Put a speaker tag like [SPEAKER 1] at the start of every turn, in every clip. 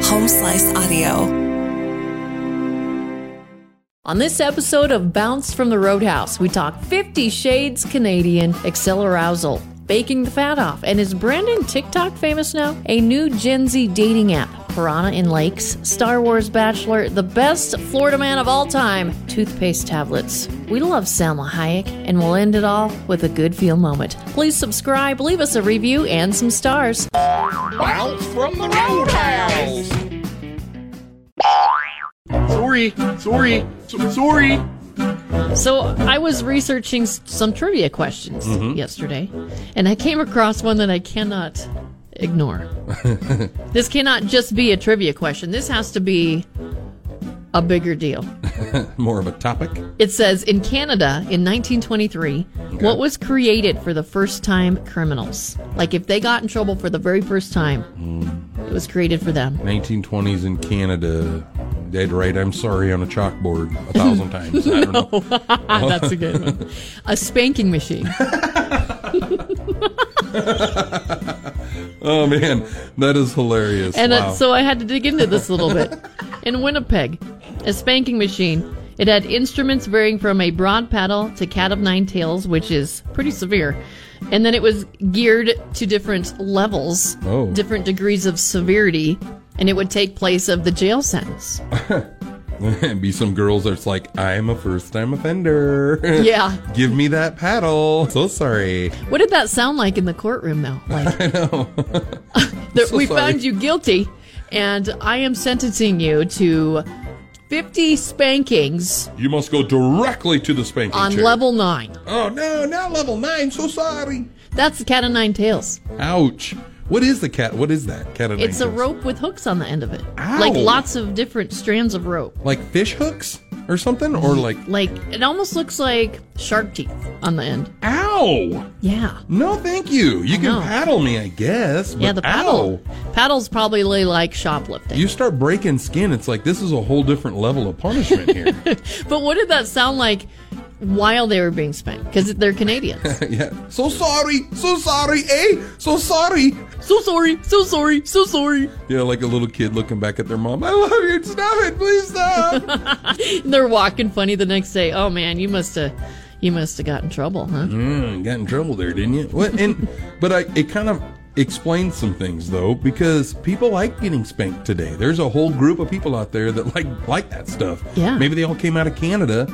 [SPEAKER 1] Slice Audio.
[SPEAKER 2] On this episode of Bounce from the Roadhouse, we talk 50 Shades Canadian, Excel Arousal, Baking the Fat Off, and is Brandon TikTok famous now? A new Gen Z dating app, Piranha in Lakes, Star Wars Bachelor, the best Florida man of all time, toothpaste tablets. We love Salma Hayek, and we'll end it all with a good feel moment. Please subscribe, leave us a review, and some stars.
[SPEAKER 3] Bounce from the roadhouse. Sorry, sorry, so- sorry.
[SPEAKER 2] So I was researching s- some trivia questions yesterday, and I came across one that I cannot ignore. this cannot just be a trivia question. This has to be a bigger deal.
[SPEAKER 3] More of a topic.
[SPEAKER 2] It says in Canada in 1923, what was created for the first time criminals? Like if they got in trouble for the very first time, it was created for them.
[SPEAKER 3] 1920s in Canada. Dead right. I'm sorry on a chalkboard a thousand times. I don't know.
[SPEAKER 2] Ah, That's a good one. A spanking machine.
[SPEAKER 3] Oh man, that is hilarious.
[SPEAKER 2] And
[SPEAKER 3] wow.
[SPEAKER 2] uh, so I had to dig into this a little bit. In Winnipeg, a spanking machine. It had instruments varying from a broad paddle to cat of nine tails, which is pretty severe. And then it was geared to different levels,
[SPEAKER 3] Oh.
[SPEAKER 2] different degrees of severity, and it would take place of the jail sentence.
[SPEAKER 3] be some girls that's like, I'm a first time offender.
[SPEAKER 2] Yeah.
[SPEAKER 3] Give me that paddle. So sorry.
[SPEAKER 2] What did that sound like in the courtroom, though? Like, I know.
[SPEAKER 3] so
[SPEAKER 2] we
[SPEAKER 3] sorry.
[SPEAKER 2] found you guilty, and I am sentencing you to 50 spankings
[SPEAKER 3] You must go directly to the spanking
[SPEAKER 2] on
[SPEAKER 3] chair.
[SPEAKER 2] level nine.
[SPEAKER 3] Oh no, not level nine. So sorry.
[SPEAKER 2] That's the cat of nine tails.
[SPEAKER 3] Ouch. What is the cat? What is that? Cat of nine
[SPEAKER 2] It's a
[SPEAKER 3] tails?
[SPEAKER 2] rope with hooks on the end of it.
[SPEAKER 3] Ow.
[SPEAKER 2] Like lots of different strands of rope.
[SPEAKER 3] Like fish hooks or something? Or like,
[SPEAKER 2] Like it almost looks like shark teeth on the end.
[SPEAKER 3] ow!
[SPEAKER 2] Yeah.
[SPEAKER 3] No, thank you. You can
[SPEAKER 2] No.
[SPEAKER 3] paddle me, I guess.
[SPEAKER 2] Yeah,
[SPEAKER 3] but
[SPEAKER 2] the paddle.
[SPEAKER 3] ow.
[SPEAKER 2] Paddle's probably like shoplifting.
[SPEAKER 3] You start breaking skin, it's like this is a whole different level of punishment here.
[SPEAKER 2] but what did that sound like while they were being spanked? Because they're Canadians.
[SPEAKER 3] yeah. So sorry, so sorry, eh? So sorry.
[SPEAKER 2] so sorry, so sorry, so sorry.
[SPEAKER 3] Yeah, like a little kid looking back at their mom. I love you. Stop it, please stop.
[SPEAKER 2] And they're walking funny the next day. Oh man, you must have, you must have got in trouble, huh?
[SPEAKER 3] Mm, got in trouble there, didn't you? What? And but I, it kind of explains some things though, because people like getting spanked today. There's a whole group of people out there that like like that stuff.
[SPEAKER 2] Yeah.
[SPEAKER 3] Maybe they all came out of Canada,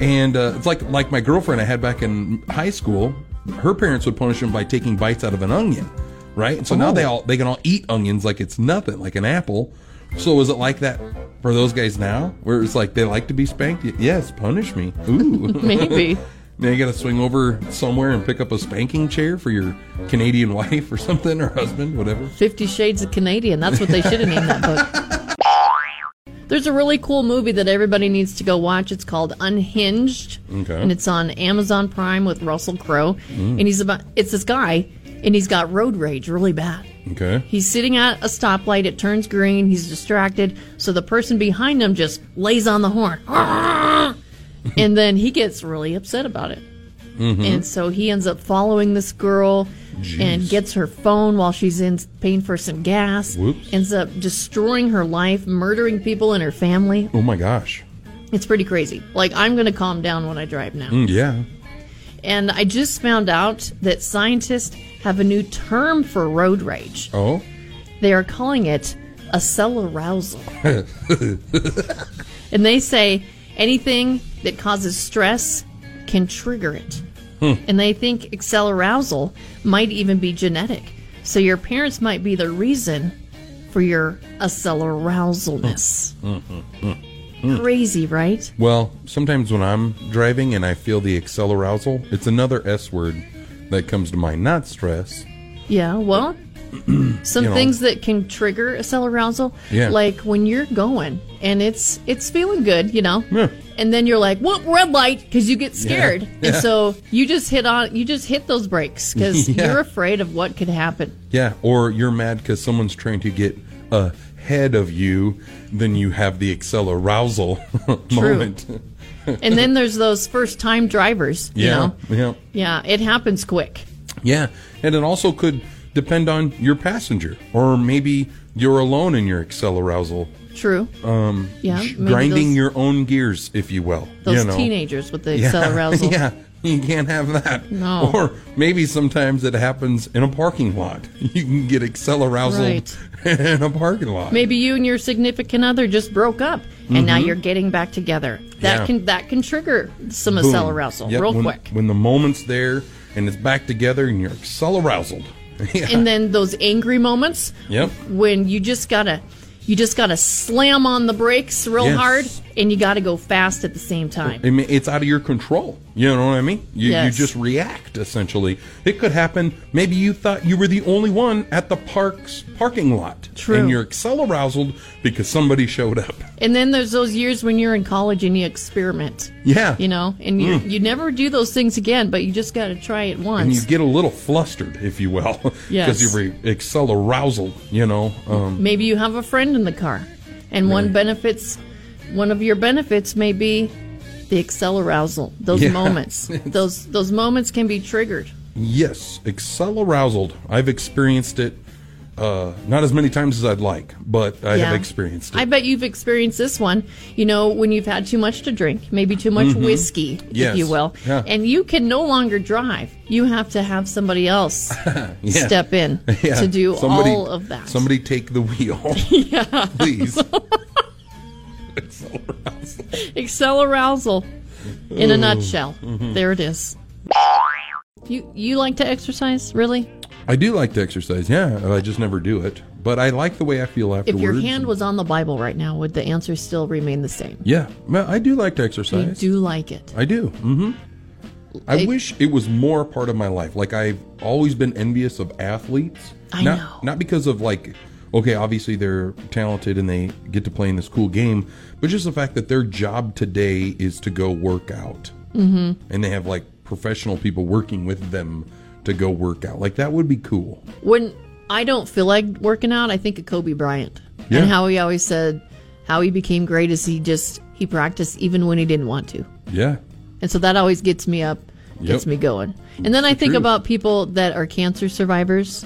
[SPEAKER 3] and uh, it's like like my girlfriend I had back in high school. Her parents would punish them by taking bites out of an onion, right? And so now they all they can all eat onions like it's nothing, like an apple. So is it like that for those guys now, where it's like they like to be spanked? Y- Yes, punish me. Ooh.
[SPEAKER 2] Maybe.
[SPEAKER 3] Now you got to swing over somewhere and pick up a spanking chair for your Canadian wife or something, or husband, whatever.
[SPEAKER 2] Fifty Shades of Canadian. That's what they should have named that book. There's a really cool movie that everybody needs to go watch. It's called Unhinged,
[SPEAKER 3] Okay.
[SPEAKER 2] and it's on Amazon Prime with Russell Crowe. And he's about it's this guy, and he's got road rage really bad.
[SPEAKER 3] Okay.
[SPEAKER 2] He's sitting at a stoplight. It turns green. He's distracted. So the person behind him just lays on the horn. and then he gets really upset about it.
[SPEAKER 3] Mm-hmm.
[SPEAKER 2] And so he ends up following this girl and
[SPEAKER 3] Jeez.
[SPEAKER 2] gets her phone while she's in paying for some gas.
[SPEAKER 3] Whoops.
[SPEAKER 2] Ends up destroying her life, murdering people in her family.
[SPEAKER 3] Oh my gosh.
[SPEAKER 2] It's pretty crazy. Like, I'm going to calm down when I drive now.
[SPEAKER 3] Mm, Yeah.
[SPEAKER 2] And I just found out that scientists have a new term for road rage.
[SPEAKER 3] Oh.
[SPEAKER 2] They are calling it a cell arousal. and they say anything that causes stress can trigger it. And they think cell arousal might even be genetic. So your parents might be the reason for your accelerarousalness. Crazy, right?
[SPEAKER 3] Well, sometimes when I'm driving and I feel the accelerousal, it's another S word that comes to mind. Not stress.
[SPEAKER 2] Yeah, well, some
[SPEAKER 3] You know.
[SPEAKER 2] things that can trigger a cell arousal,
[SPEAKER 3] Yeah.
[SPEAKER 2] like when you're going and it's it's feeling good, you know,
[SPEAKER 3] Yeah.
[SPEAKER 2] and then you're like, "What red light?" because you get scared, and
[SPEAKER 3] Yeah.
[SPEAKER 2] so you just hit on you just hit those brakes because
[SPEAKER 3] Yeah.
[SPEAKER 2] you're afraid of what could happen.
[SPEAKER 3] Yeah. Or you're mad because someone's trying to get ahead of you, then you have the accelerousal moment.
[SPEAKER 2] And then there's those first time drivers, you
[SPEAKER 3] Yeah.
[SPEAKER 2] know,
[SPEAKER 3] Yeah.
[SPEAKER 2] yeah, it happens quick.
[SPEAKER 3] Yeah, and it also could depend on your passenger, or maybe you're alone in your accelerousal,
[SPEAKER 2] True. Um, yeah. maybe
[SPEAKER 3] grinding
[SPEAKER 2] those,
[SPEAKER 3] your own gears, if you will.
[SPEAKER 2] those
[SPEAKER 3] you know?
[SPEAKER 2] teenagers with the
[SPEAKER 3] Yeah,
[SPEAKER 2] accelerousal.
[SPEAKER 3] Yeah, you can't have that.
[SPEAKER 2] No.
[SPEAKER 3] Or maybe sometimes it happens in a parking lot. You can get accelerousal in a parking lot.
[SPEAKER 2] Maybe you and your significant other just broke up, and now you're getting back together. That
[SPEAKER 3] Mm-hmm. Yeah.
[SPEAKER 2] can that can trigger some
[SPEAKER 3] Boom.
[SPEAKER 2] accelerousal
[SPEAKER 3] Yep,
[SPEAKER 2] real
[SPEAKER 3] when-
[SPEAKER 2] quick.
[SPEAKER 3] When the moment's there and it's back together and you're accelerousaled. Yeah.
[SPEAKER 2] and then those angry moments
[SPEAKER 3] Yep.
[SPEAKER 2] when you just gotta you just gotta slam on the brakes real
[SPEAKER 3] Yes.
[SPEAKER 2] hard and you gotta go fast at the same time
[SPEAKER 3] I mean, it's out of your control. You know what I mean? You,
[SPEAKER 2] Yes.
[SPEAKER 3] you just react essentially. It could happen. Maybe you thought you were the only one at the park's parking lot,
[SPEAKER 2] True.
[SPEAKER 3] and you're accelerousaled because somebody showed up.
[SPEAKER 2] and then there's those years when you're in college and you experiment
[SPEAKER 3] Yeah, Mm.
[SPEAKER 2] you know and you you never do those things again but you just gotta try it once
[SPEAKER 3] And you get a little flustered, if you will,
[SPEAKER 2] Yes.
[SPEAKER 3] because you were accelerousaled. You know, um,
[SPEAKER 2] maybe you have a friend in the car and one benefits one of your benefits may be the accelerousal those
[SPEAKER 3] Yeah.
[SPEAKER 2] moments those those moments can be triggered
[SPEAKER 3] Yes, accelerousaled. I've experienced it. Uh, not as many times as I'd like, but I have
[SPEAKER 2] Yeah.
[SPEAKER 3] experienced it.
[SPEAKER 2] I bet you've experienced this one. You know, when you've had too much to drink, maybe too much whiskey,
[SPEAKER 3] Mm-hmm. Yes.
[SPEAKER 2] if you will,
[SPEAKER 3] Yeah.
[SPEAKER 2] and you can no longer drive. You have to have somebody else
[SPEAKER 3] Yeah.
[SPEAKER 2] step in
[SPEAKER 3] Yeah,
[SPEAKER 2] to do
[SPEAKER 3] somebody-
[SPEAKER 2] all of that.
[SPEAKER 3] Somebody take the wheel, yeah. please. Accelerousal.
[SPEAKER 2] Accelerousal, in a nutshell. There it is. You you like to exercise, really?
[SPEAKER 3] I do like to exercise. Yeah, I just never do it, but I like the way I feel
[SPEAKER 2] If
[SPEAKER 3] afterwards.
[SPEAKER 2] your hand was on the Bible right now, would the answer still remain the same?
[SPEAKER 3] yeah, well, I do like to
[SPEAKER 2] You
[SPEAKER 3] exercise.
[SPEAKER 2] do like it.
[SPEAKER 3] I do. Mm-hmm. I
[SPEAKER 2] It-
[SPEAKER 3] wish it was more a part of my life. Like I've always been envious of athletes.
[SPEAKER 2] I
[SPEAKER 3] not,
[SPEAKER 2] know.
[SPEAKER 3] Not because of like, okay, obviously they're talented and they get to play in this cool game, but just the fact that their job today is to go work out, mm-hmm. and they have like professional people working with them to go work out. Like that would be cool.
[SPEAKER 2] when I don't feel like working out, I think of Kobe Bryant
[SPEAKER 3] Yeah.
[SPEAKER 2] and how he always said how he became great is he just he practiced even when he didn't want to,
[SPEAKER 3] Yeah.
[SPEAKER 2] and so that always gets me up, gets
[SPEAKER 3] Yep.
[SPEAKER 2] me going. And then I think
[SPEAKER 3] truth. Mm-hmm.
[SPEAKER 2] about people that are cancer survivors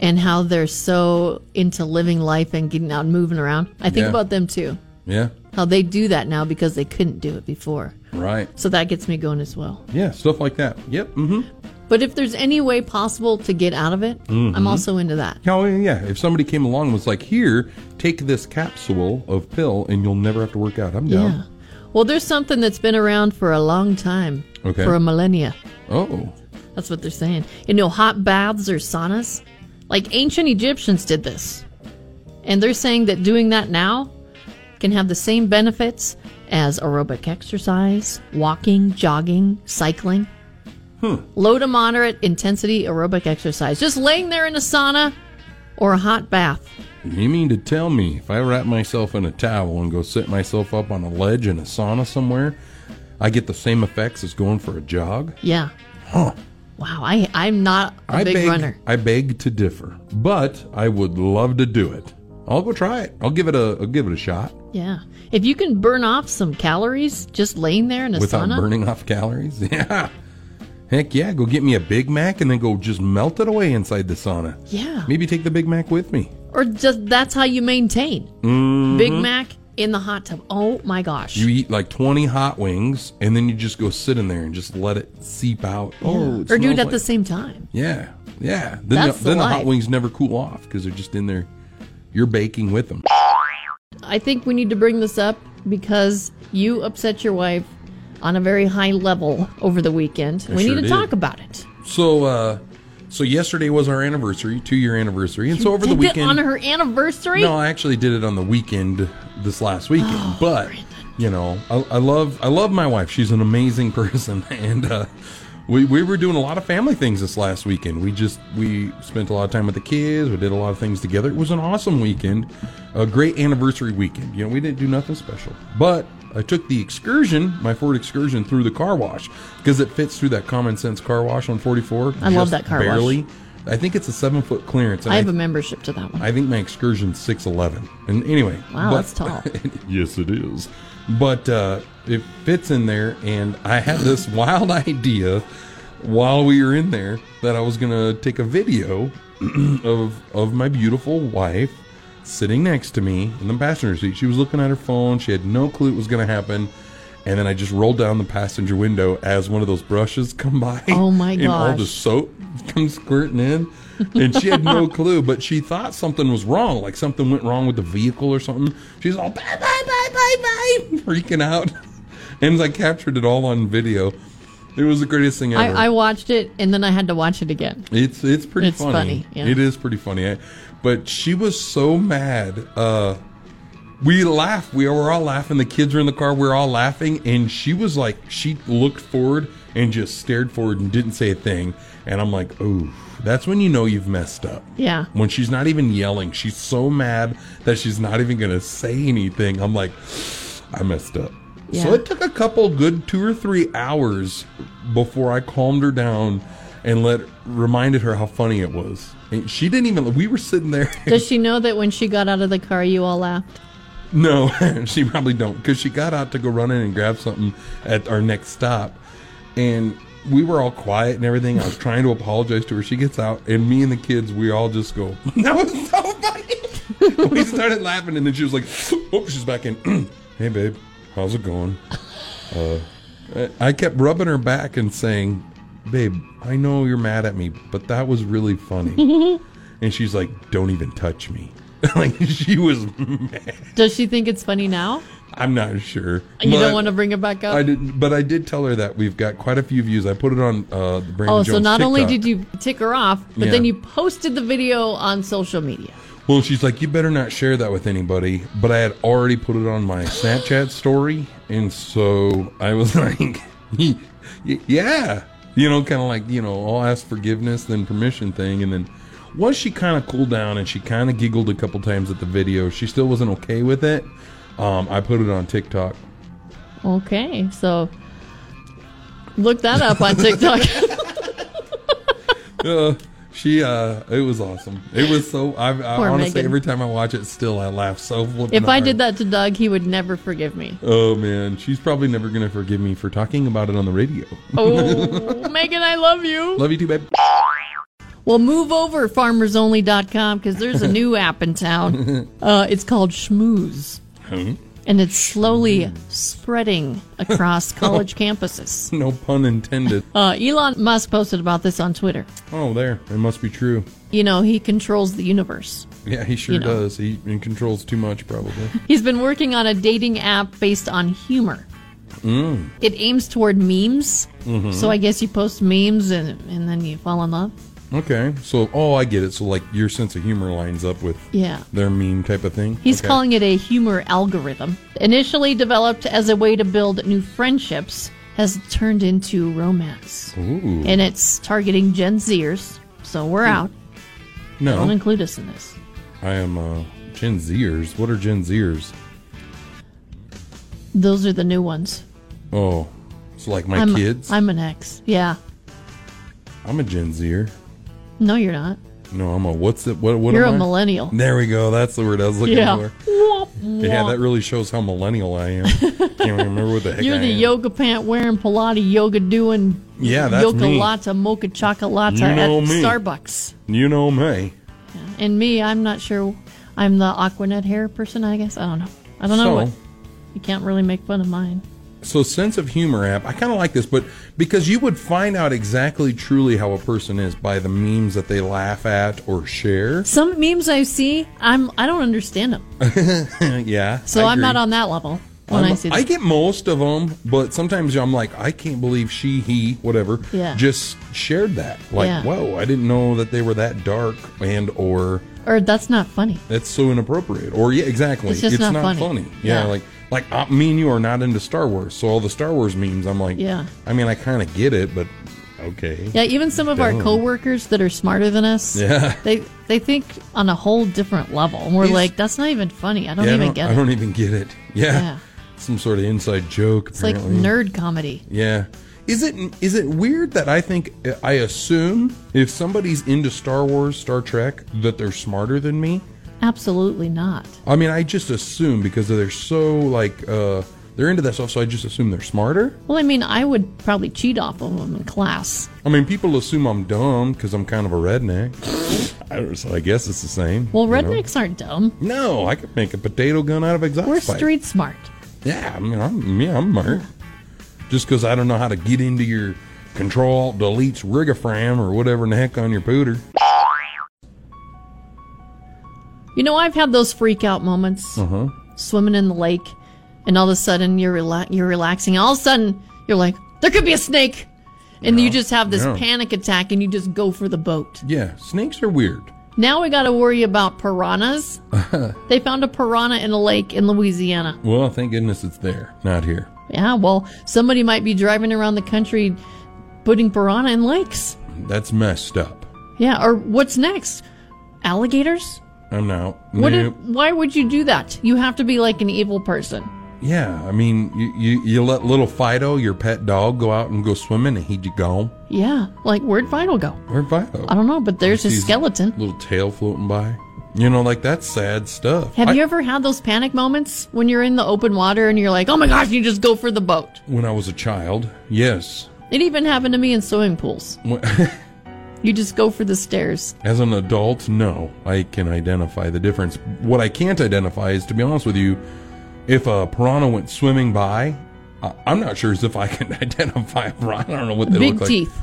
[SPEAKER 2] and how they're so into living life and getting out and moving around. I think
[SPEAKER 3] Yeah.
[SPEAKER 2] about them too,
[SPEAKER 3] Yeah.
[SPEAKER 2] how they do that now because they couldn't do it before.
[SPEAKER 3] Right.
[SPEAKER 2] So that gets me going as well.
[SPEAKER 3] Yeah. Stuff like that. Yep. Mm-hmm.
[SPEAKER 2] But if there's any way possible to get out of it,
[SPEAKER 3] Mm-hmm.
[SPEAKER 2] I'm also into that.
[SPEAKER 3] Oh yeah. If somebody came along and was like, "Here, take this capsule of pill, and you'll never have to work out," I'm down.
[SPEAKER 2] Yeah. Well, there's something that's been around for a long time.
[SPEAKER 3] Okay.
[SPEAKER 2] For a millennia.
[SPEAKER 3] Oh,
[SPEAKER 2] That's what they're saying. You know, hot baths or saunas. Like ancient Egyptians did this. And they're saying that doing that now can have the same benefits as aerobic exercise, walking, jogging, cycling.
[SPEAKER 3] Hmm.
[SPEAKER 2] Low to moderate intensity aerobic exercise. Just laying there in a sauna or a hot bath.
[SPEAKER 3] you mean to tell me if I wrap myself in a towel and go sit myself up on a ledge in a sauna somewhere, I get the same effects as going for a jog?
[SPEAKER 2] Yeah. Wow, I, I'm not a
[SPEAKER 3] I
[SPEAKER 2] big
[SPEAKER 3] beg,
[SPEAKER 2] runner.
[SPEAKER 3] I beg to differ, but I would love to do it. I'll go try it. I'll give it a. I'll give it a shot
[SPEAKER 2] Yeah. If you can burn off some calories just laying there in a
[SPEAKER 3] without
[SPEAKER 2] sauna.
[SPEAKER 3] burning off calories. Yeah. Heck yeah, go get me a Big Mac and then go just melt it away inside the sauna.
[SPEAKER 2] Yeah.
[SPEAKER 3] Maybe take the Big Mac with me.
[SPEAKER 2] Or just that's how you maintain. Big Mac in the hot tub. Oh my gosh.
[SPEAKER 3] Mm-hmm. You eat like 20 hot wings and then you just go sit in there and just let it seep out. Oh, it
[SPEAKER 2] or do
[SPEAKER 3] smells
[SPEAKER 2] it at
[SPEAKER 3] like-
[SPEAKER 2] the same time.
[SPEAKER 3] Yeah, yeah. Then,
[SPEAKER 2] That's
[SPEAKER 3] the,
[SPEAKER 2] the
[SPEAKER 3] then the hot
[SPEAKER 2] life.
[SPEAKER 3] wings never cool off because they're just in there. You're baking with them.
[SPEAKER 2] I think we need to bring this up because you upset your wife on a very high level over the weekend. we
[SPEAKER 3] sure
[SPEAKER 2] need to
[SPEAKER 3] did.
[SPEAKER 2] talk about it.
[SPEAKER 3] So, uh, so yesterday was our anniversary, two year anniversary, and so over the
[SPEAKER 2] Did it
[SPEAKER 3] weekend.
[SPEAKER 2] on her anniversary?
[SPEAKER 3] no, I actually did it on the weekend this last weekend,
[SPEAKER 2] Oh,
[SPEAKER 3] but you know, I, I love I love my wife. She's an amazing person, and uh, we we were doing a lot of family things this last weekend. We just we spent a lot of time with the kids. We did a lot of things together. It was an awesome weekend, a great anniversary weekend. You know, we didn't do nothing special, but I took the excursion, my Ford excursion, through the car wash because it fits through that common sense car wash on 44.
[SPEAKER 2] I love
[SPEAKER 3] just
[SPEAKER 2] that car wash.
[SPEAKER 3] barely. I think it's a seven foot clearance. and
[SPEAKER 2] I have a membership to that one.
[SPEAKER 3] I think my excursion's six eleven. And anyway,
[SPEAKER 2] Wow, that's tall.
[SPEAKER 3] yes, it is. But uh, it fits in there, and I had this wild idea while we were in there that I was gonna take a video of of my beautiful wife sitting next to me in the passenger seat. She was looking at her phone. She had no clue it was going to happen. And then I just rolled down the passenger window as one of those brushes come by.
[SPEAKER 2] Oh, my
[SPEAKER 3] And all the
[SPEAKER 2] gosh.
[SPEAKER 3] soap comes squirting in, and she had no clue. But she thought something was wrong, like something went wrong with the vehicle or something. She's all bye bye bye bye bye, freaking out. And I captured it all on video. It was the greatest thing ever.
[SPEAKER 2] I, I watched it and then I had to watch it again.
[SPEAKER 3] It's it's pretty
[SPEAKER 2] It's
[SPEAKER 3] funny.
[SPEAKER 2] funny, yeah.
[SPEAKER 3] It is pretty funny. I- But she was so mad. Uh, we laughed. We were all laughing. The kids were in the car. We were all laughing, and she was like, she looked forward and just stared forward and didn't say a thing. And I'm like, oh, that's when you know you've messed up.
[SPEAKER 2] Yeah.
[SPEAKER 3] When she's not even yelling, she's so mad that she's not even gonna say anything. I'm like, I messed up. So
[SPEAKER 2] Yeah.
[SPEAKER 3] it took a couple good two or three hours before I calmed her down and let reminded her how funny it was. And she didn't even. We were sitting there.
[SPEAKER 2] Does she know that when she got out of the car, you all laughed?
[SPEAKER 3] no, she probably don't because she got out to go run in and grab something at our next stop, and we were all quiet and everything. I was trying to apologize to her. She gets out, and me and the kids, we all just go, "That was so funny." we started laughing, and then she was like, "Oh, she's back in." hey, babe, how's it going? Uh, I kept rubbing her back and saying, Babe, I know you're mad at me, but that was really funny. and she's like, Don't even touch me. like, she was mad.
[SPEAKER 2] Does she think it's funny now?
[SPEAKER 3] I'm not sure.
[SPEAKER 2] You
[SPEAKER 3] But
[SPEAKER 2] don't want to bring it back up?
[SPEAKER 3] I didn't, but I did tell her that we've got quite a few views. I put it on uh, the Brandon
[SPEAKER 2] oh,
[SPEAKER 3] Jones
[SPEAKER 2] so not only
[SPEAKER 3] TikTok.
[SPEAKER 2] did you tick her off, but
[SPEAKER 3] Yeah.
[SPEAKER 2] then you posted the video on social media.
[SPEAKER 3] Well, she's like, you better not share that with anybody. But I had already put it on my Snapchat story, and so I was like, y- yeah, you know, kind of like you know, I'll ask forgiveness, then permission thing, and then once she kind of cooled down and she kind of giggled a couple times at the video, she still wasn't okay with it. Um, I put it on TikTok.
[SPEAKER 2] Okay, so look that up on TikTok.
[SPEAKER 3] Uh, she, uh, it was awesome. It was so. I, I
[SPEAKER 2] Poor
[SPEAKER 3] honestly,
[SPEAKER 2] Megan.
[SPEAKER 3] every time I watch it, still I laugh so.
[SPEAKER 2] if I did that to Doug, he would never forgive me.
[SPEAKER 3] Oh man, she's probably never gonna forgive me for talking about it on the radio.
[SPEAKER 2] Oh, Megan, I love you.
[SPEAKER 3] Love you too, babe.
[SPEAKER 2] Well, move over farmersonly.com because there's a new app in town. Uh, it's called Schmooze, and it's slowly spreading across college campuses.
[SPEAKER 3] No pun intended.
[SPEAKER 2] Uh, Elon Musk posted about this on Twitter.
[SPEAKER 3] Oh, there. It must be true.
[SPEAKER 2] You know, he controls the universe.
[SPEAKER 3] Yeah, he sure
[SPEAKER 2] You know.
[SPEAKER 3] does. He, he controls too much, probably.
[SPEAKER 2] He's been working on a dating app based on humor.
[SPEAKER 3] Mm.
[SPEAKER 2] It aims toward memes.
[SPEAKER 3] Mm-hmm.
[SPEAKER 2] So I guess you post memes and, and then you fall in love.
[SPEAKER 3] okay, so oh, I get it. So like your sense of humor lines up with
[SPEAKER 2] Yeah.
[SPEAKER 3] their meme type of thing.
[SPEAKER 2] He's
[SPEAKER 3] Okay.
[SPEAKER 2] calling it a humor algorithm. Initially developed as a way to build new friendships, has turned into romance.
[SPEAKER 3] Ooh. Hmm.
[SPEAKER 2] And it's targeting Gen Zers. So we're out. Don't
[SPEAKER 3] no.
[SPEAKER 2] include us in this.
[SPEAKER 3] I am uh, Gen Zers. What are Gen Zers?
[SPEAKER 2] Those are the new ones.
[SPEAKER 3] Oh, it's like my
[SPEAKER 2] I'm,
[SPEAKER 3] kids. I'm,
[SPEAKER 2] I'm an ex. Yeah.
[SPEAKER 3] a Gen Zer.
[SPEAKER 2] No, you're not.
[SPEAKER 3] No, I'm a what's it? What? What
[SPEAKER 2] You're
[SPEAKER 3] am
[SPEAKER 2] a
[SPEAKER 3] I?
[SPEAKER 2] millennial.
[SPEAKER 3] There we go. That's the word I was looking
[SPEAKER 2] Yeah.
[SPEAKER 3] for.
[SPEAKER 2] Womp,
[SPEAKER 3] Yeah,
[SPEAKER 2] womp.
[SPEAKER 3] that really shows how millennial I am. Can't remember what the heck
[SPEAKER 2] You're
[SPEAKER 3] I
[SPEAKER 2] the
[SPEAKER 3] am.
[SPEAKER 2] yoga pant wearing, Pilates yoga doing,
[SPEAKER 3] Yeah, that's
[SPEAKER 2] yoga
[SPEAKER 3] me.
[SPEAKER 2] latte, mocha chocolata
[SPEAKER 3] You know
[SPEAKER 2] at
[SPEAKER 3] me.
[SPEAKER 2] Starbucks.
[SPEAKER 3] You know me.
[SPEAKER 2] And me, I'm not sure. I'm the Aquanet hair person, I guess. I don't know. I don't know
[SPEAKER 3] So-
[SPEAKER 2] what. You can't really make fun of mine.
[SPEAKER 3] so sense of humor app i kind of like this but because you would find out exactly truly how a person is by the memes that they laugh at or share
[SPEAKER 2] Some memes I see, I'm I don't understand them,
[SPEAKER 3] yeah
[SPEAKER 2] so
[SPEAKER 3] I
[SPEAKER 2] I'm not
[SPEAKER 3] agree.
[SPEAKER 2] on that level when i
[SPEAKER 3] I'm-
[SPEAKER 2] see.
[SPEAKER 3] I
[SPEAKER 2] Them.
[SPEAKER 3] get most of them but sometimes i'm like i can't believe she he whatever
[SPEAKER 2] Yeah.
[SPEAKER 3] just shared that like
[SPEAKER 2] Yeah.
[SPEAKER 3] whoa i didn't know that they were that dark and or
[SPEAKER 2] or that's not funny.
[SPEAKER 3] that's so inappropriate or yeah exactly
[SPEAKER 2] It's just not funny. Yeah.
[SPEAKER 3] Yeah, like like uh, me and you are not into star wars so all the star wars memes i'm like
[SPEAKER 2] Yeah.
[SPEAKER 3] i mean i kind of get it but okay
[SPEAKER 2] Yeah, even some of our
[SPEAKER 3] Dumb.
[SPEAKER 2] coworkers that are smarter than us,
[SPEAKER 3] Yeah.
[SPEAKER 2] they they think on a whole different level. And we're
[SPEAKER 3] These-
[SPEAKER 2] like, that's not even funny. I don't
[SPEAKER 3] Yeah,
[SPEAKER 2] even
[SPEAKER 3] I don't,
[SPEAKER 2] get
[SPEAKER 3] I
[SPEAKER 2] it.
[SPEAKER 3] don't even get it. Yeah.
[SPEAKER 2] Yeah.
[SPEAKER 3] Some sort of inside joke.
[SPEAKER 2] It's like
[SPEAKER 3] Apparently.
[SPEAKER 2] nerd comedy.
[SPEAKER 3] Yeah. Is it is it weird that I think I assume if somebody's into Star Wars, Star Trek, that they're smarter than me?
[SPEAKER 2] Absolutely not.
[SPEAKER 3] I mean, I just assume because they're so like uh They're into that stuff, so I just assume they're smarter.
[SPEAKER 2] Well, I mean, I would probably cheat off of them in class.
[SPEAKER 3] I mean, people assume I'm dumb because I'm kind of a redneck. I, was- I guess it's the same.
[SPEAKER 2] Well,
[SPEAKER 3] you know?
[SPEAKER 2] rednecks aren't dumb.
[SPEAKER 3] No, I could make a potato gun out of exhaust
[SPEAKER 2] We're
[SPEAKER 3] pipe.
[SPEAKER 2] street smart.
[SPEAKER 3] Yeah, I mean, I'm, yeah, I'm Mert. Just because I don't know how to get into your control alt deletes rigafram or whatever in the heck on your pooter.
[SPEAKER 2] You know, I've had those freak out moments
[SPEAKER 3] Uh-huh.
[SPEAKER 2] swimming in the lake, and all of a sudden you're rela- you're relaxing. All of a sudden you're like, there could be a snake, and you just have this
[SPEAKER 3] yeah.
[SPEAKER 2] panic attack, and you just go for the boat.
[SPEAKER 3] Yeah, snakes are weird.
[SPEAKER 2] Now we got to worry about piranhas. they found a piranha in a lake in Louisiana.
[SPEAKER 3] Well, thank goodness it's there, not here.
[SPEAKER 2] Yeah, well, somebody might be driving around the country putting piranha in lakes.
[SPEAKER 3] That's messed up.
[SPEAKER 2] Yeah, or what's next? Alligators?
[SPEAKER 3] I'm not.
[SPEAKER 2] What?
[SPEAKER 3] Nope.
[SPEAKER 2] if- why would you do that? You have to be like an evil person.
[SPEAKER 3] yeah, I mean, you, you, you let little Fido, your pet dog, go out and go swimming and he'd gone.
[SPEAKER 2] Yeah, like where'd Vital go?
[SPEAKER 3] Where'd Fido?
[SPEAKER 2] I don't know, but there's his
[SPEAKER 3] He's-
[SPEAKER 2] skeleton.
[SPEAKER 3] Little tail floating by. You know, like that's sad stuff.
[SPEAKER 2] Have
[SPEAKER 3] I-
[SPEAKER 2] you ever had those panic moments when you're in the open water and you're like, oh my gosh, you just go for the boat?
[SPEAKER 3] When I was a child, yes.
[SPEAKER 2] It even happened to me in swimming pools.
[SPEAKER 3] When-
[SPEAKER 2] You just go for the stairs.
[SPEAKER 3] As an adult, no, I can identify the difference. What I can't identify is, to be honest with you, if a piranha went swimming by, I- I'm not sure as if I can identify a piranha. I don't know what they
[SPEAKER 2] Big
[SPEAKER 3] look like.
[SPEAKER 2] teeth.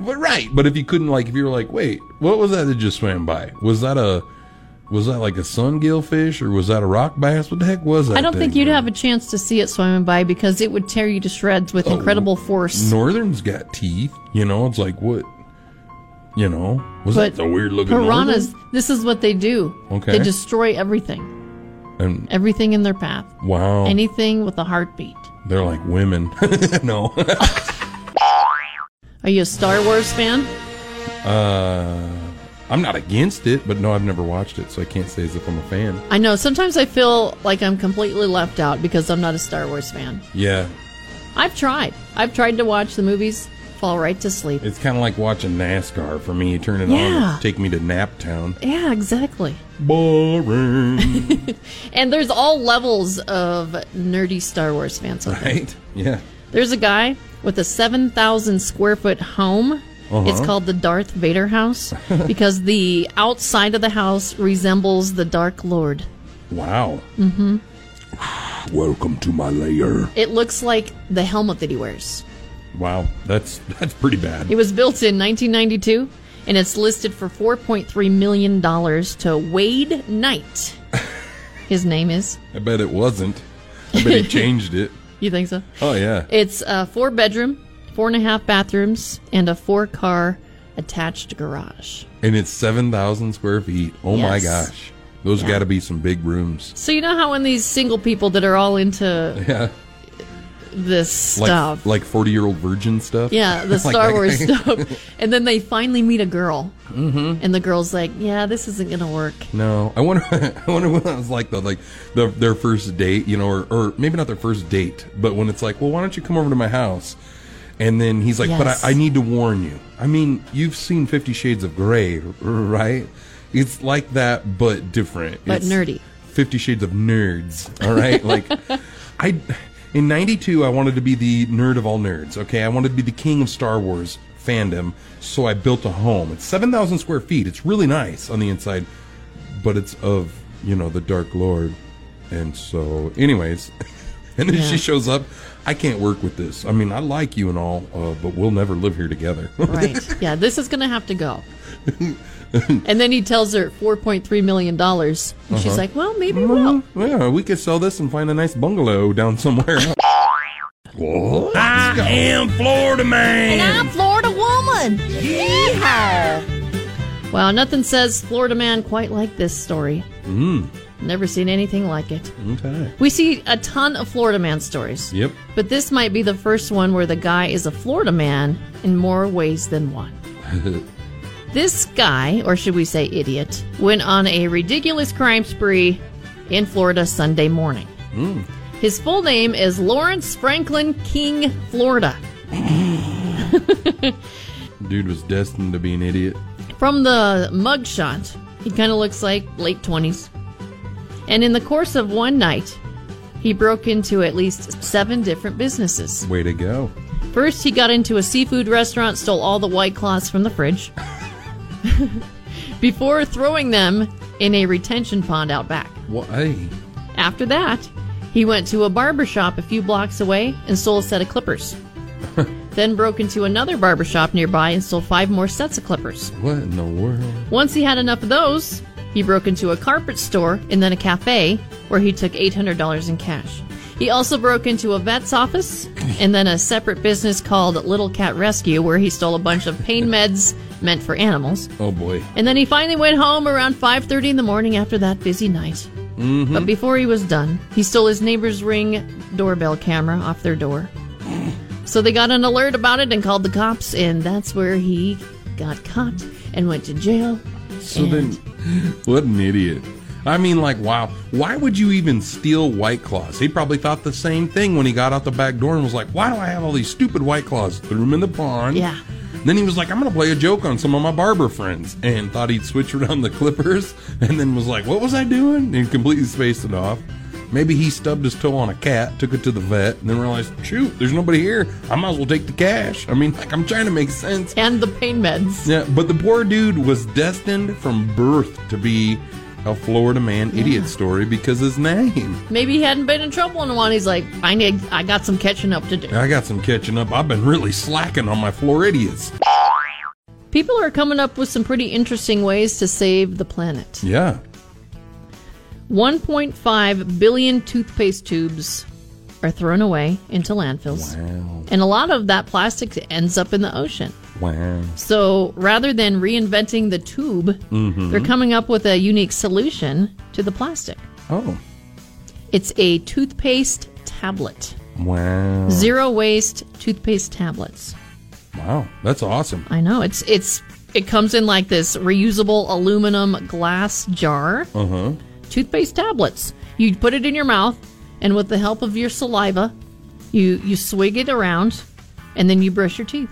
[SPEAKER 3] But right, but if you couldn't, like, if you were like, wait, what was that that just swam by? Was that a, was that like a sungill fish or was that a rock bass? What the heck was that?
[SPEAKER 2] I don't think
[SPEAKER 3] thing?
[SPEAKER 2] you'd have a chance to see it swimming by because it would tear you to shreds with
[SPEAKER 3] Oh,
[SPEAKER 2] incredible force.
[SPEAKER 3] Northern's got teeth. You know, it's like what, you know, was
[SPEAKER 2] But
[SPEAKER 3] that a weird looking
[SPEAKER 2] Piranhas, this is what they do. They
[SPEAKER 3] Okay.
[SPEAKER 2] destroy everything,
[SPEAKER 3] And
[SPEAKER 2] everything in their path,
[SPEAKER 3] wow,
[SPEAKER 2] anything with a heartbeat.
[SPEAKER 3] they're like women. no.
[SPEAKER 2] Are you a Star Wars fan?
[SPEAKER 3] Uh, I'm not against it, but no, I've never watched it, so I can't say as if I'm a fan.
[SPEAKER 2] I know. Sometimes I feel like I'm completely left out because I'm not a Star Wars fan.
[SPEAKER 3] Yeah,
[SPEAKER 2] I've tried. I've tried to watch the movies, fall right to sleep.
[SPEAKER 3] it's kind of like watching NASCAR for me. You turn it on,
[SPEAKER 2] Yeah.
[SPEAKER 3] it'll take me to Nap Town.
[SPEAKER 2] Yeah, exactly.
[SPEAKER 3] Boring,
[SPEAKER 2] And there's all levels of nerdy Star Wars fans. out there.
[SPEAKER 3] right? Yeah.
[SPEAKER 2] There's a guy with a 7,000 square foot home. It's called the Darth Vader house because the outside of the house resembles the Dark Lord.
[SPEAKER 3] Wow. Mm-hmm. Welcome to my lair.
[SPEAKER 2] It looks like the helmet that he wears.
[SPEAKER 3] Wow, that's that's pretty bad.
[SPEAKER 2] It was built in 1992 and it's listed for 4.3 million dollars to Wade Knight. His name is.
[SPEAKER 3] I bet it wasn't. I bet he changed it.
[SPEAKER 2] You think so?
[SPEAKER 3] Oh yeah.
[SPEAKER 2] It's a four bedroom, four and a half bathrooms, and a four car attached garage.
[SPEAKER 3] And it's seven thousand square feet. Oh my
[SPEAKER 2] Yes.
[SPEAKER 3] gosh, those got to be some big rooms.
[SPEAKER 2] So you know how when these single people that are all into
[SPEAKER 3] Yeah.
[SPEAKER 2] this
[SPEAKER 3] like
[SPEAKER 2] stuff,
[SPEAKER 3] like 40 year old virgin stuff
[SPEAKER 2] yeah, the
[SPEAKER 3] Like
[SPEAKER 2] Star
[SPEAKER 3] that
[SPEAKER 2] Wars
[SPEAKER 3] guy.
[SPEAKER 2] stuff, and then they finally meet a girl, mm-hmm. and the girl's like, "Yeah, this isn't gonna work."
[SPEAKER 3] no i wonder i wonder what that was like though like the, their first date you know or, or maybe not their first date but when it's like well why don't you come over to my house and then he's like
[SPEAKER 2] Yes.
[SPEAKER 3] but I, I need to warn you i mean you've seen 50 shades of gray r- right it's like that but different
[SPEAKER 2] But
[SPEAKER 3] It's
[SPEAKER 2] nerdy.
[SPEAKER 3] 50 shades of nerds all right like i in 92 i wanted to be the nerd of all nerds okay i wanted to be the king of star wars fandom so i built a home it's 7000 square feet it's really nice on the inside but it's of you know the dark lord and so anyways and then
[SPEAKER 2] Yeah.
[SPEAKER 3] she shows up i can't work with this i mean i like you and all uh, but we'll never live here together
[SPEAKER 2] Right? yeah, this is gonna have to go. and then he tells her 4.3 million dollars, and she's like, "Well, maybe
[SPEAKER 3] Mm-hmm.
[SPEAKER 2] we'll."
[SPEAKER 3] yeah we could sell this and find a nice bungalow down somewhere else. Whoa, I am Florida man.
[SPEAKER 2] I'm Florida woman. Wow, nothing says Florida man quite like this story. Never seen anything like it.
[SPEAKER 3] Okay.
[SPEAKER 2] We see a ton of Florida man stories.
[SPEAKER 3] Yep.
[SPEAKER 2] But this might be the first one where the guy is a Florida man in more ways than one. this guy, or should we say idiot, went on a ridiculous crime spree in Florida Sunday morning. His full name is Lawrence Franklin King, Florida.
[SPEAKER 3] Dude was destined to be an idiot.
[SPEAKER 2] From the mugshot, he kind of looks like late 20s. And in the course of one night, He broke into at least seven different businesses.
[SPEAKER 3] Way to go.
[SPEAKER 2] First, he got into a seafood restaurant, stole all the white cloths from the fridge before throwing them in a retention pond out back.
[SPEAKER 3] Well, hey,
[SPEAKER 2] After that, he went to a barber shop a few blocks away and stole a set of clippers. then broke into another barber shop nearby and stole five more sets of clippers.
[SPEAKER 3] what in the world?
[SPEAKER 2] Once he had enough of those, he broke into a carpet store and then a cafe where he took $800 in cash. He also broke into a vet's office and then a separate business called Little Cat Rescue where he stole a bunch of pain meds meant for animals.
[SPEAKER 3] Oh boy.
[SPEAKER 2] And then he finally went home around 5:30 in the morning after that busy night. But before he was done, he stole his neighbor's ring doorbell camera off their door. So they got an alert about it and called the cops, and that's where he got caught and went to jail.
[SPEAKER 3] So then, what an idiot. I mean, like, wow. Why would you even steal White Claws? He probably thought the same thing when he got out the back door and was like, why do I have all these stupid White Claws? Threw them in the pond.
[SPEAKER 2] Yeah.
[SPEAKER 3] Then he was like, I'm going to play a joke on some of my barber friends and thought he'd switch around the clippers and then was like, what was I doing? And completely spaced it off. Maybe he stubbed his toe on a cat, took it to the vet, and then realized, shoot, there's nobody here. I might as well take the cash. I mean, like, I'm trying to make sense.
[SPEAKER 2] And the pain meds.
[SPEAKER 3] Yeah, but the poor dude was destined from birth to be a Florida man idiot story because his name.
[SPEAKER 2] Maybe he hadn't been in trouble in a while. He's like, I need, I got some catching up to do.
[SPEAKER 3] I got some catching up. I've been really slacking on my Floridians.
[SPEAKER 2] People are coming up with some pretty interesting ways to save the planet.
[SPEAKER 3] Yeah.
[SPEAKER 2] 1.5 billion toothpaste tubes are thrown away into landfills.
[SPEAKER 3] Wow.
[SPEAKER 2] And a lot of that plastic ends up in the ocean.
[SPEAKER 3] Wow.
[SPEAKER 2] So rather than reinventing the tube,
[SPEAKER 3] Mm-hmm.
[SPEAKER 2] they're coming up with a unique solution to the plastic.
[SPEAKER 3] Oh.
[SPEAKER 2] It's a toothpaste tablet,
[SPEAKER 3] Wow.
[SPEAKER 2] zero waste toothpaste tablets.
[SPEAKER 3] Wow. That's awesome.
[SPEAKER 2] I know it's it's it comes in like this reusable aluminum glass jar.
[SPEAKER 3] Uh huh.
[SPEAKER 2] toothpaste tablets. You put it in your mouth, and with the help of your saliva, you you swig it around, and then you brush your teeth.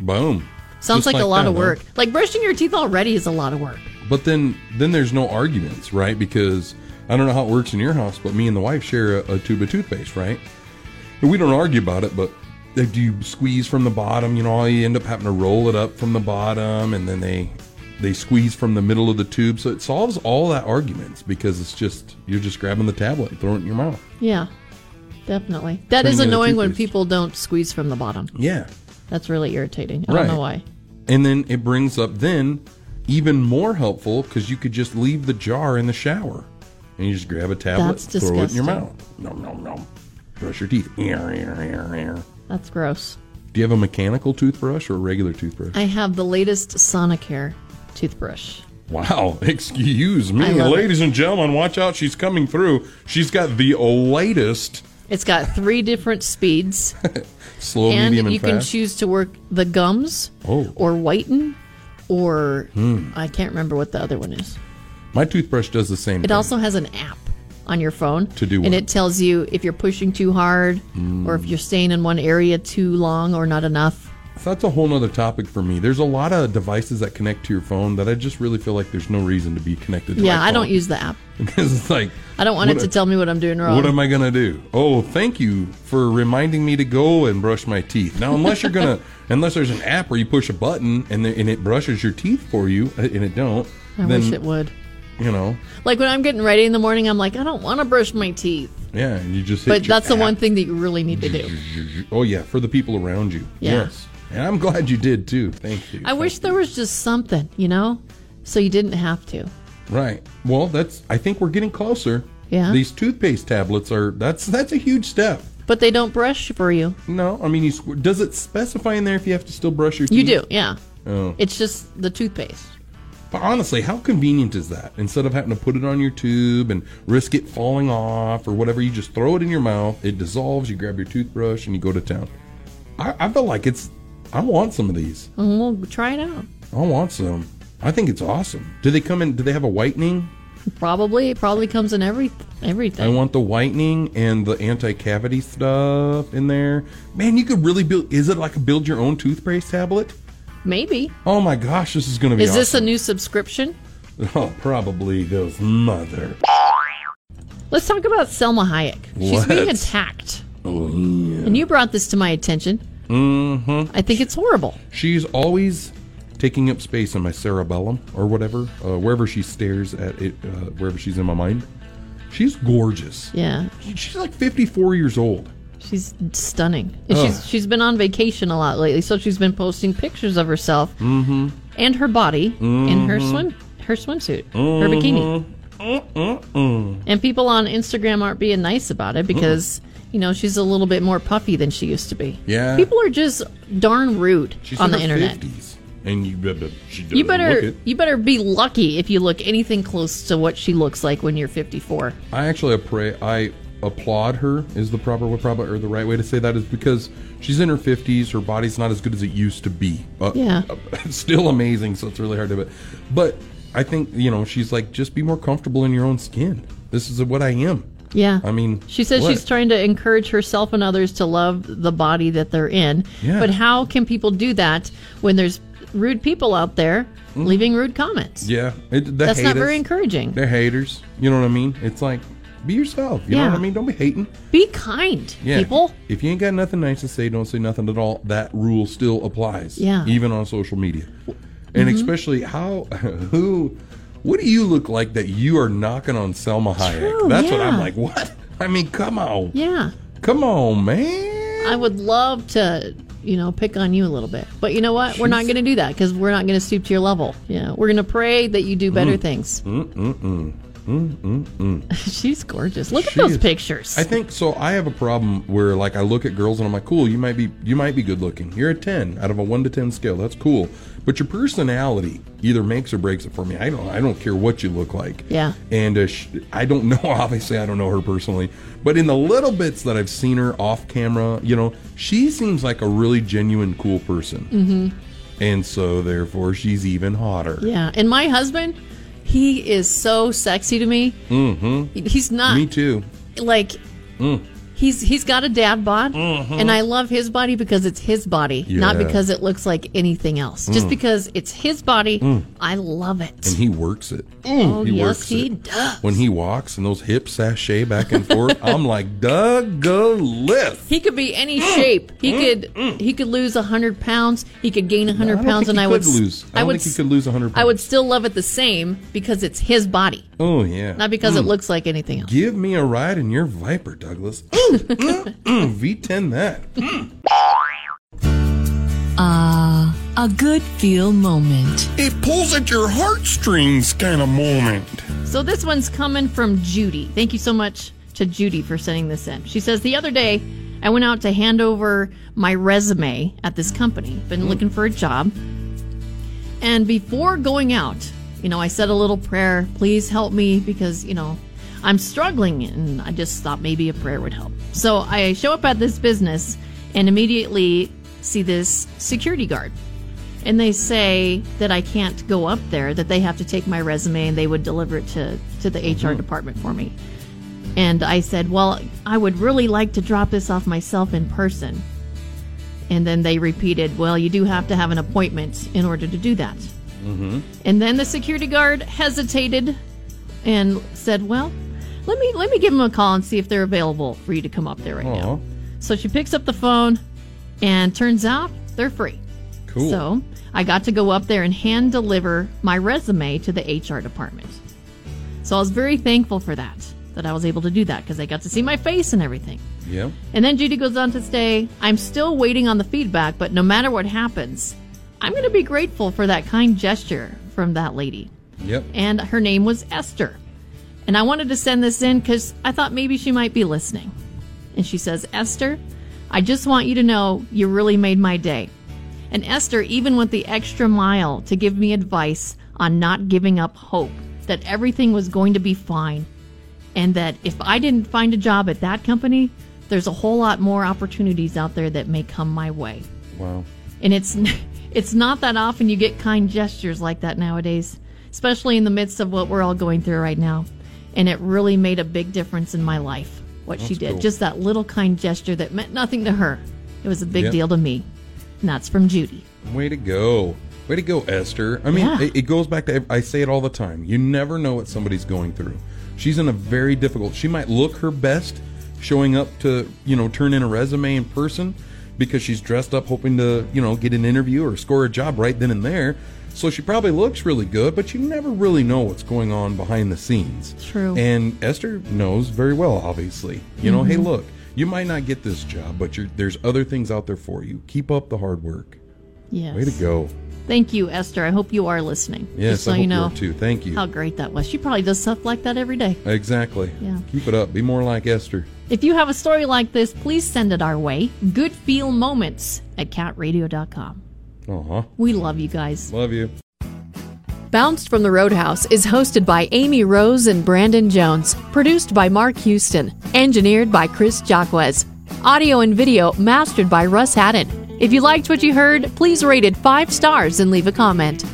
[SPEAKER 3] Boom.
[SPEAKER 2] Sounds
[SPEAKER 3] Just
[SPEAKER 2] like, a lot
[SPEAKER 3] that,
[SPEAKER 2] of
[SPEAKER 3] huh?
[SPEAKER 2] work. Like brushing your teeth already is a lot of work.
[SPEAKER 3] But then, then there's no arguments, right? Because I don't know how it works in your house, but me and the wife share a, a tube of toothpaste, right? And we don't argue about it, but if you squeeze from the bottom, you know, you end up having to roll it up from the bottom, and then they they squeeze from the middle of the tube, so it solves all that arguments because it's just you're just grabbing the tablet and throwing it in your mouth.
[SPEAKER 2] Yeah, definitely. That is
[SPEAKER 3] Putting in the
[SPEAKER 2] annoying when
[SPEAKER 3] toothpaste.
[SPEAKER 2] people don't squeeze from the bottom.
[SPEAKER 3] Yeah,
[SPEAKER 2] That's really irritating. I
[SPEAKER 3] Right.
[SPEAKER 2] don't know why.
[SPEAKER 3] and then it brings up then even more helpful because you could just leave the jar in the shower and you just grab a tablet
[SPEAKER 2] That's
[SPEAKER 3] throw it in your
[SPEAKER 2] disgusting.
[SPEAKER 3] mouth no no no brush your teeth Ear, ear, ear, ear.
[SPEAKER 2] That's gross.
[SPEAKER 3] do you have a mechanical toothbrush or a regular toothbrush
[SPEAKER 2] I have the latest Sonicare toothbrush.
[SPEAKER 3] wow excuse me
[SPEAKER 2] I love it.
[SPEAKER 3] ladies and gentlemen watch out she's coming through she's got the latest
[SPEAKER 2] It's got three different speeds.
[SPEAKER 3] slow
[SPEAKER 2] and
[SPEAKER 3] medium and
[SPEAKER 2] you can
[SPEAKER 3] fast
[SPEAKER 2] choose to work the gums
[SPEAKER 3] Oh. Hmm.
[SPEAKER 2] or whiten or I can't remember what the other one is.
[SPEAKER 3] my toothbrush does the same
[SPEAKER 2] It
[SPEAKER 3] thing.
[SPEAKER 2] also has an app on your phone
[SPEAKER 3] To do
[SPEAKER 2] and
[SPEAKER 3] what? Hmm.
[SPEAKER 2] it tells you if you're pushing too hard or if you're staying in one area too long or not enough.
[SPEAKER 3] So that's a whole nother topic for me. There's a lot of devices that connect to your phone that I just really feel like there's no reason to be connected to
[SPEAKER 2] yeah,
[SPEAKER 3] my
[SPEAKER 2] I don't
[SPEAKER 3] phone.
[SPEAKER 2] use the app.
[SPEAKER 3] because it's like
[SPEAKER 2] I don't want
[SPEAKER 3] what
[SPEAKER 2] it to
[SPEAKER 3] a-
[SPEAKER 2] tell me what I'm doing wrong.
[SPEAKER 3] What am I gonna do? Oh, thank you for reminding me to go and brush my teeth. Now, unless you're gonna, unless there's an app where you push a button and the, and it brushes your teeth for you, uh, and it don't,
[SPEAKER 2] I
[SPEAKER 3] then
[SPEAKER 2] wish it would.
[SPEAKER 3] you know,
[SPEAKER 2] Like when I'm getting ready in the morning, I'm like, I don't want to brush my teeth.
[SPEAKER 3] yeah, and you just. Hit
[SPEAKER 2] But
[SPEAKER 3] your
[SPEAKER 2] that's the one
[SPEAKER 3] app.
[SPEAKER 2] thing that you really need to do.
[SPEAKER 3] Oh yeah, for the people around you.
[SPEAKER 2] Yeah.
[SPEAKER 3] Yes, and I'm glad you did too. Thank you.
[SPEAKER 2] I wish there was just something, you know, so you didn't have to.
[SPEAKER 3] Right. Well, that's. I think we're getting closer.
[SPEAKER 2] Yeah.
[SPEAKER 3] These toothpaste tablets are. That's that's a huge step.
[SPEAKER 2] But they don't brush for you.
[SPEAKER 3] No, I mean, you, squ- does it specify in there if you have to still brush your teeth?
[SPEAKER 2] You do, yeah.
[SPEAKER 3] Oh.
[SPEAKER 2] It's just the toothpaste.
[SPEAKER 3] But honestly, how convenient is that? Instead of having to put it on your tube and risk it falling off or whatever, you just throw it in your mouth, it dissolves, you grab your toothbrush, and you go to town. I, I feel like it's. I want some of these.
[SPEAKER 2] And we'll try it out.
[SPEAKER 3] I want some. I think it's awesome. Do they come in? Do they have a whitening?
[SPEAKER 2] Probably, it probably comes in every everything.
[SPEAKER 3] I want the whitening and the anti-cavity stuff in there. Man, you could really build. Is it like a build your own toothpaste tablet?
[SPEAKER 2] Maybe.
[SPEAKER 3] Oh my gosh, this is going to be.
[SPEAKER 2] Is this a
[SPEAKER 3] awesome.
[SPEAKER 2] new subscription?
[SPEAKER 3] Oh, probably those mother.
[SPEAKER 2] Let's talk about Selma Hayek. She's
[SPEAKER 3] What?
[SPEAKER 2] being attacked.
[SPEAKER 3] Oh, yeah.
[SPEAKER 2] And you brought this to my attention. Mm-hmm. I think it's horrible.
[SPEAKER 3] She's always taking up space in my cerebellum or whatever, uh, wherever she stares at it, uh, wherever she's in my mind. She's gorgeous.
[SPEAKER 2] Yeah.
[SPEAKER 3] She's like 54 years old.
[SPEAKER 2] She's stunning. And
[SPEAKER 3] Oh.
[SPEAKER 2] She's she's been on vacation a lot lately, so she's been posting pictures of herself
[SPEAKER 3] Mm-hmm.
[SPEAKER 2] and her body in her swim her swimsuit, her bikini.
[SPEAKER 3] Mm-hmm.
[SPEAKER 2] And people on Instagram aren't being nice about it because you know she's a little bit more puffy than she used to be.
[SPEAKER 3] Yeah.
[SPEAKER 2] people are just darn rude
[SPEAKER 3] She's
[SPEAKER 2] on
[SPEAKER 3] in
[SPEAKER 2] the
[SPEAKER 3] her
[SPEAKER 2] internet.
[SPEAKER 3] 50s. And you, better- she doesn't
[SPEAKER 2] You better
[SPEAKER 3] look it.
[SPEAKER 2] you better be lucky if you look anything close to what she looks like when you're 54.
[SPEAKER 3] I actually appra I applaud her is the proper way, probably or the right way to say that is because she's in her fifties. Her body's not as good as it used to be. Uh,
[SPEAKER 2] Yeah.
[SPEAKER 3] still amazing. So it's really hard to. But, but I think you know she's like just be more comfortable in your own skin. This is what I am.
[SPEAKER 2] Yeah.
[SPEAKER 3] I mean,
[SPEAKER 2] She says
[SPEAKER 3] what?
[SPEAKER 2] she's trying to encourage herself and others to love the body that they're in.
[SPEAKER 3] Yeah.
[SPEAKER 2] But how can people do that when there's rude people out there leaving rude comments?
[SPEAKER 3] Mm-hmm. Yeah, it, they
[SPEAKER 2] That's not
[SPEAKER 3] hate
[SPEAKER 2] very
[SPEAKER 3] us.
[SPEAKER 2] encouraging.
[SPEAKER 3] They're haters. You know what I mean? It's like be yourself. You know
[SPEAKER 2] Yeah.
[SPEAKER 3] what I mean? Don't be hating.
[SPEAKER 2] Be kind,
[SPEAKER 3] Yeah.
[SPEAKER 2] people.
[SPEAKER 3] If you ain't got nothing nice to say, don't say nothing at all. That rule still applies.
[SPEAKER 2] Yeah. Mm-hmm.
[SPEAKER 3] Even on social media. And especially how who what do you look like that you are knocking on Selma Hayek?
[SPEAKER 2] True,
[SPEAKER 3] That's what I'm
[SPEAKER 2] yeah.
[SPEAKER 3] like, what? I mean, come on.
[SPEAKER 2] Yeah.
[SPEAKER 3] Come on, man.
[SPEAKER 2] I would love to, you know, pick on you a little bit. But you know what? We're not
[SPEAKER 3] Jeez.
[SPEAKER 2] going to do that because we're not going to stoop to your level. Yeah. We're going to pray that you do better things. Mm, mm, mm. Mm, mm, mm. She's gorgeous. Look
[SPEAKER 3] She
[SPEAKER 2] at those
[SPEAKER 3] is-
[SPEAKER 2] pictures.
[SPEAKER 3] I think so. I have a problem where like I look at girls and I'm like, cool, you might be you might be good looking. You're a ten out of a one to ten scale. That's cool. But your personality either makes or breaks it for me. I don't I don't care what you look like.
[SPEAKER 2] Yeah.
[SPEAKER 3] And uh, sh I don't know. Obviously, I don't know her personally, but in the little bits that I've seen her off camera, you know, she seems like a really genuine cool person. Mm-hmm. And so, therefore, she's even hotter.
[SPEAKER 2] Yeah, and my husband, he is so sexy to me. Mm-hmm. He's not
[SPEAKER 3] Me too. Mm.
[SPEAKER 2] like he's he's got a dad bod, and I love his body because it's his body, not
[SPEAKER 3] Mm-hmm. Yeah. Mm.
[SPEAKER 2] because it looks like anything else. Just because it's his body, I love it.
[SPEAKER 3] And he works it.
[SPEAKER 2] oh
[SPEAKER 3] he
[SPEAKER 2] yes,
[SPEAKER 3] works
[SPEAKER 2] he
[SPEAKER 3] it.
[SPEAKER 2] does.
[SPEAKER 3] when he walks and those hips sashay back and forth, I'm like, Doug Lift.
[SPEAKER 2] He could be any shape. He
[SPEAKER 3] Mm.
[SPEAKER 2] could he could lose hundred pounds. He could gain hundred
[SPEAKER 3] don't
[SPEAKER 2] pounds,
[SPEAKER 3] think
[SPEAKER 2] and
[SPEAKER 3] he
[SPEAKER 2] I would
[SPEAKER 3] could
[SPEAKER 2] s-
[SPEAKER 3] lose. I don't
[SPEAKER 2] would
[SPEAKER 3] think he
[SPEAKER 2] s-
[SPEAKER 3] could lose 100
[SPEAKER 2] I would
[SPEAKER 3] pounds.
[SPEAKER 2] still love it the same because it's his body,
[SPEAKER 3] Oh yeah.
[SPEAKER 2] not because it looks like anything else.
[SPEAKER 3] Give me a ride in your Viper, Douglas. Mm, mm, mm, V10 that.
[SPEAKER 2] A good feel moment.
[SPEAKER 3] It pulls at your heartstrings kind of moment.
[SPEAKER 2] So this one's coming from Judy. Thank you so much to Judy for sending this in. She says, The other day, I went out to hand over my resume at this company, been looking for a job. And before going out, you know, I said a little prayer, please help me because, you know, I'm struggling and I just thought maybe a prayer would help. So I show up at this business and immediately see this security guard. And they say that I can't go up there, that they have to take my resume and they would deliver it to, to the HR department for me. And I said, Well, I would really like to drop this off myself in person. And then they repeated, Well, you do have to have an appointment in order to do that. Mm-hmm. And then the security guard hesitated and said, Well, let me let me give them a call and see if they're available for you to come up there right
[SPEAKER 3] Aw,
[SPEAKER 2] now. So she picks up the phone and turns out they're free.
[SPEAKER 3] cool.
[SPEAKER 2] So I got to go up there and hand deliver my resume to the HR department. So I was very thankful for that, that I was able to do that because I got to see my face and everything.
[SPEAKER 3] yeah.
[SPEAKER 2] And then Judy goes on to say, I'm still waiting on the feedback, but no matter what happens, I'm going to be grateful for that kind gesture from that lady.
[SPEAKER 3] Yep.
[SPEAKER 2] And her name was Esther. And I wanted to send this in because I thought maybe she might be listening. And she says, Esther, I just want you to know you really made my day. And Esther even went the extra mile to give me advice on not giving up hope that everything was going to be fine and that if I didn't find a job at that company, there's a whole lot more opportunities out there that may come my way.
[SPEAKER 3] Wow.
[SPEAKER 2] And it's it's not that often you get kind gestures like that nowadays, especially in the midst of what we're all going through right now. And it really made a big difference in my life what she
[SPEAKER 3] That's
[SPEAKER 2] did.
[SPEAKER 3] cool.
[SPEAKER 2] Just that little kind gesture that meant nothing to her. It was a big
[SPEAKER 3] Yep.
[SPEAKER 2] deal to me. And that's from Judy.
[SPEAKER 3] Way to go. Way to go, Esther. I mean,
[SPEAKER 2] Yeah.
[SPEAKER 3] it, it goes back to, I say it all the time. You never know what somebody's going through. She's in a very difficult. She might look her best showing up to, you know, turn in a resume in person because she's dressed up hoping to, you know, get an interview or score a job right then and there. So she probably looks really good, but you never really know what's going on behind the scenes.
[SPEAKER 2] True.
[SPEAKER 3] And Esther knows very well, obviously. You know, hey,
[SPEAKER 2] Mm-hmm.
[SPEAKER 3] look, you might not get this job, but you're, there's other things out there for you. Keep up the hard work.
[SPEAKER 2] Yes.
[SPEAKER 3] Way to go.
[SPEAKER 2] Thank you, Esther. I hope you are listening.
[SPEAKER 3] Yes,
[SPEAKER 2] Just so
[SPEAKER 3] I hope
[SPEAKER 2] you know
[SPEAKER 3] are too. Thank you.
[SPEAKER 2] how great that was. She probably does stuff like that every day.
[SPEAKER 3] Exactly.
[SPEAKER 2] Yeah.
[SPEAKER 3] Keep it up. Be more like Esther.
[SPEAKER 2] If you have a story like this, please send it our way. Good feel moments at catradio.com.
[SPEAKER 3] Uh huh.
[SPEAKER 2] We love you guys.
[SPEAKER 3] Love you.
[SPEAKER 2] Bounced from the Roadhouse is hosted by Amy Rose and Brandon Jones, produced by Mark Houston, engineered by Chris Jacquez, audio and video mastered by Russ Haddon. If you liked what you heard, please rate it five stars and leave a comment.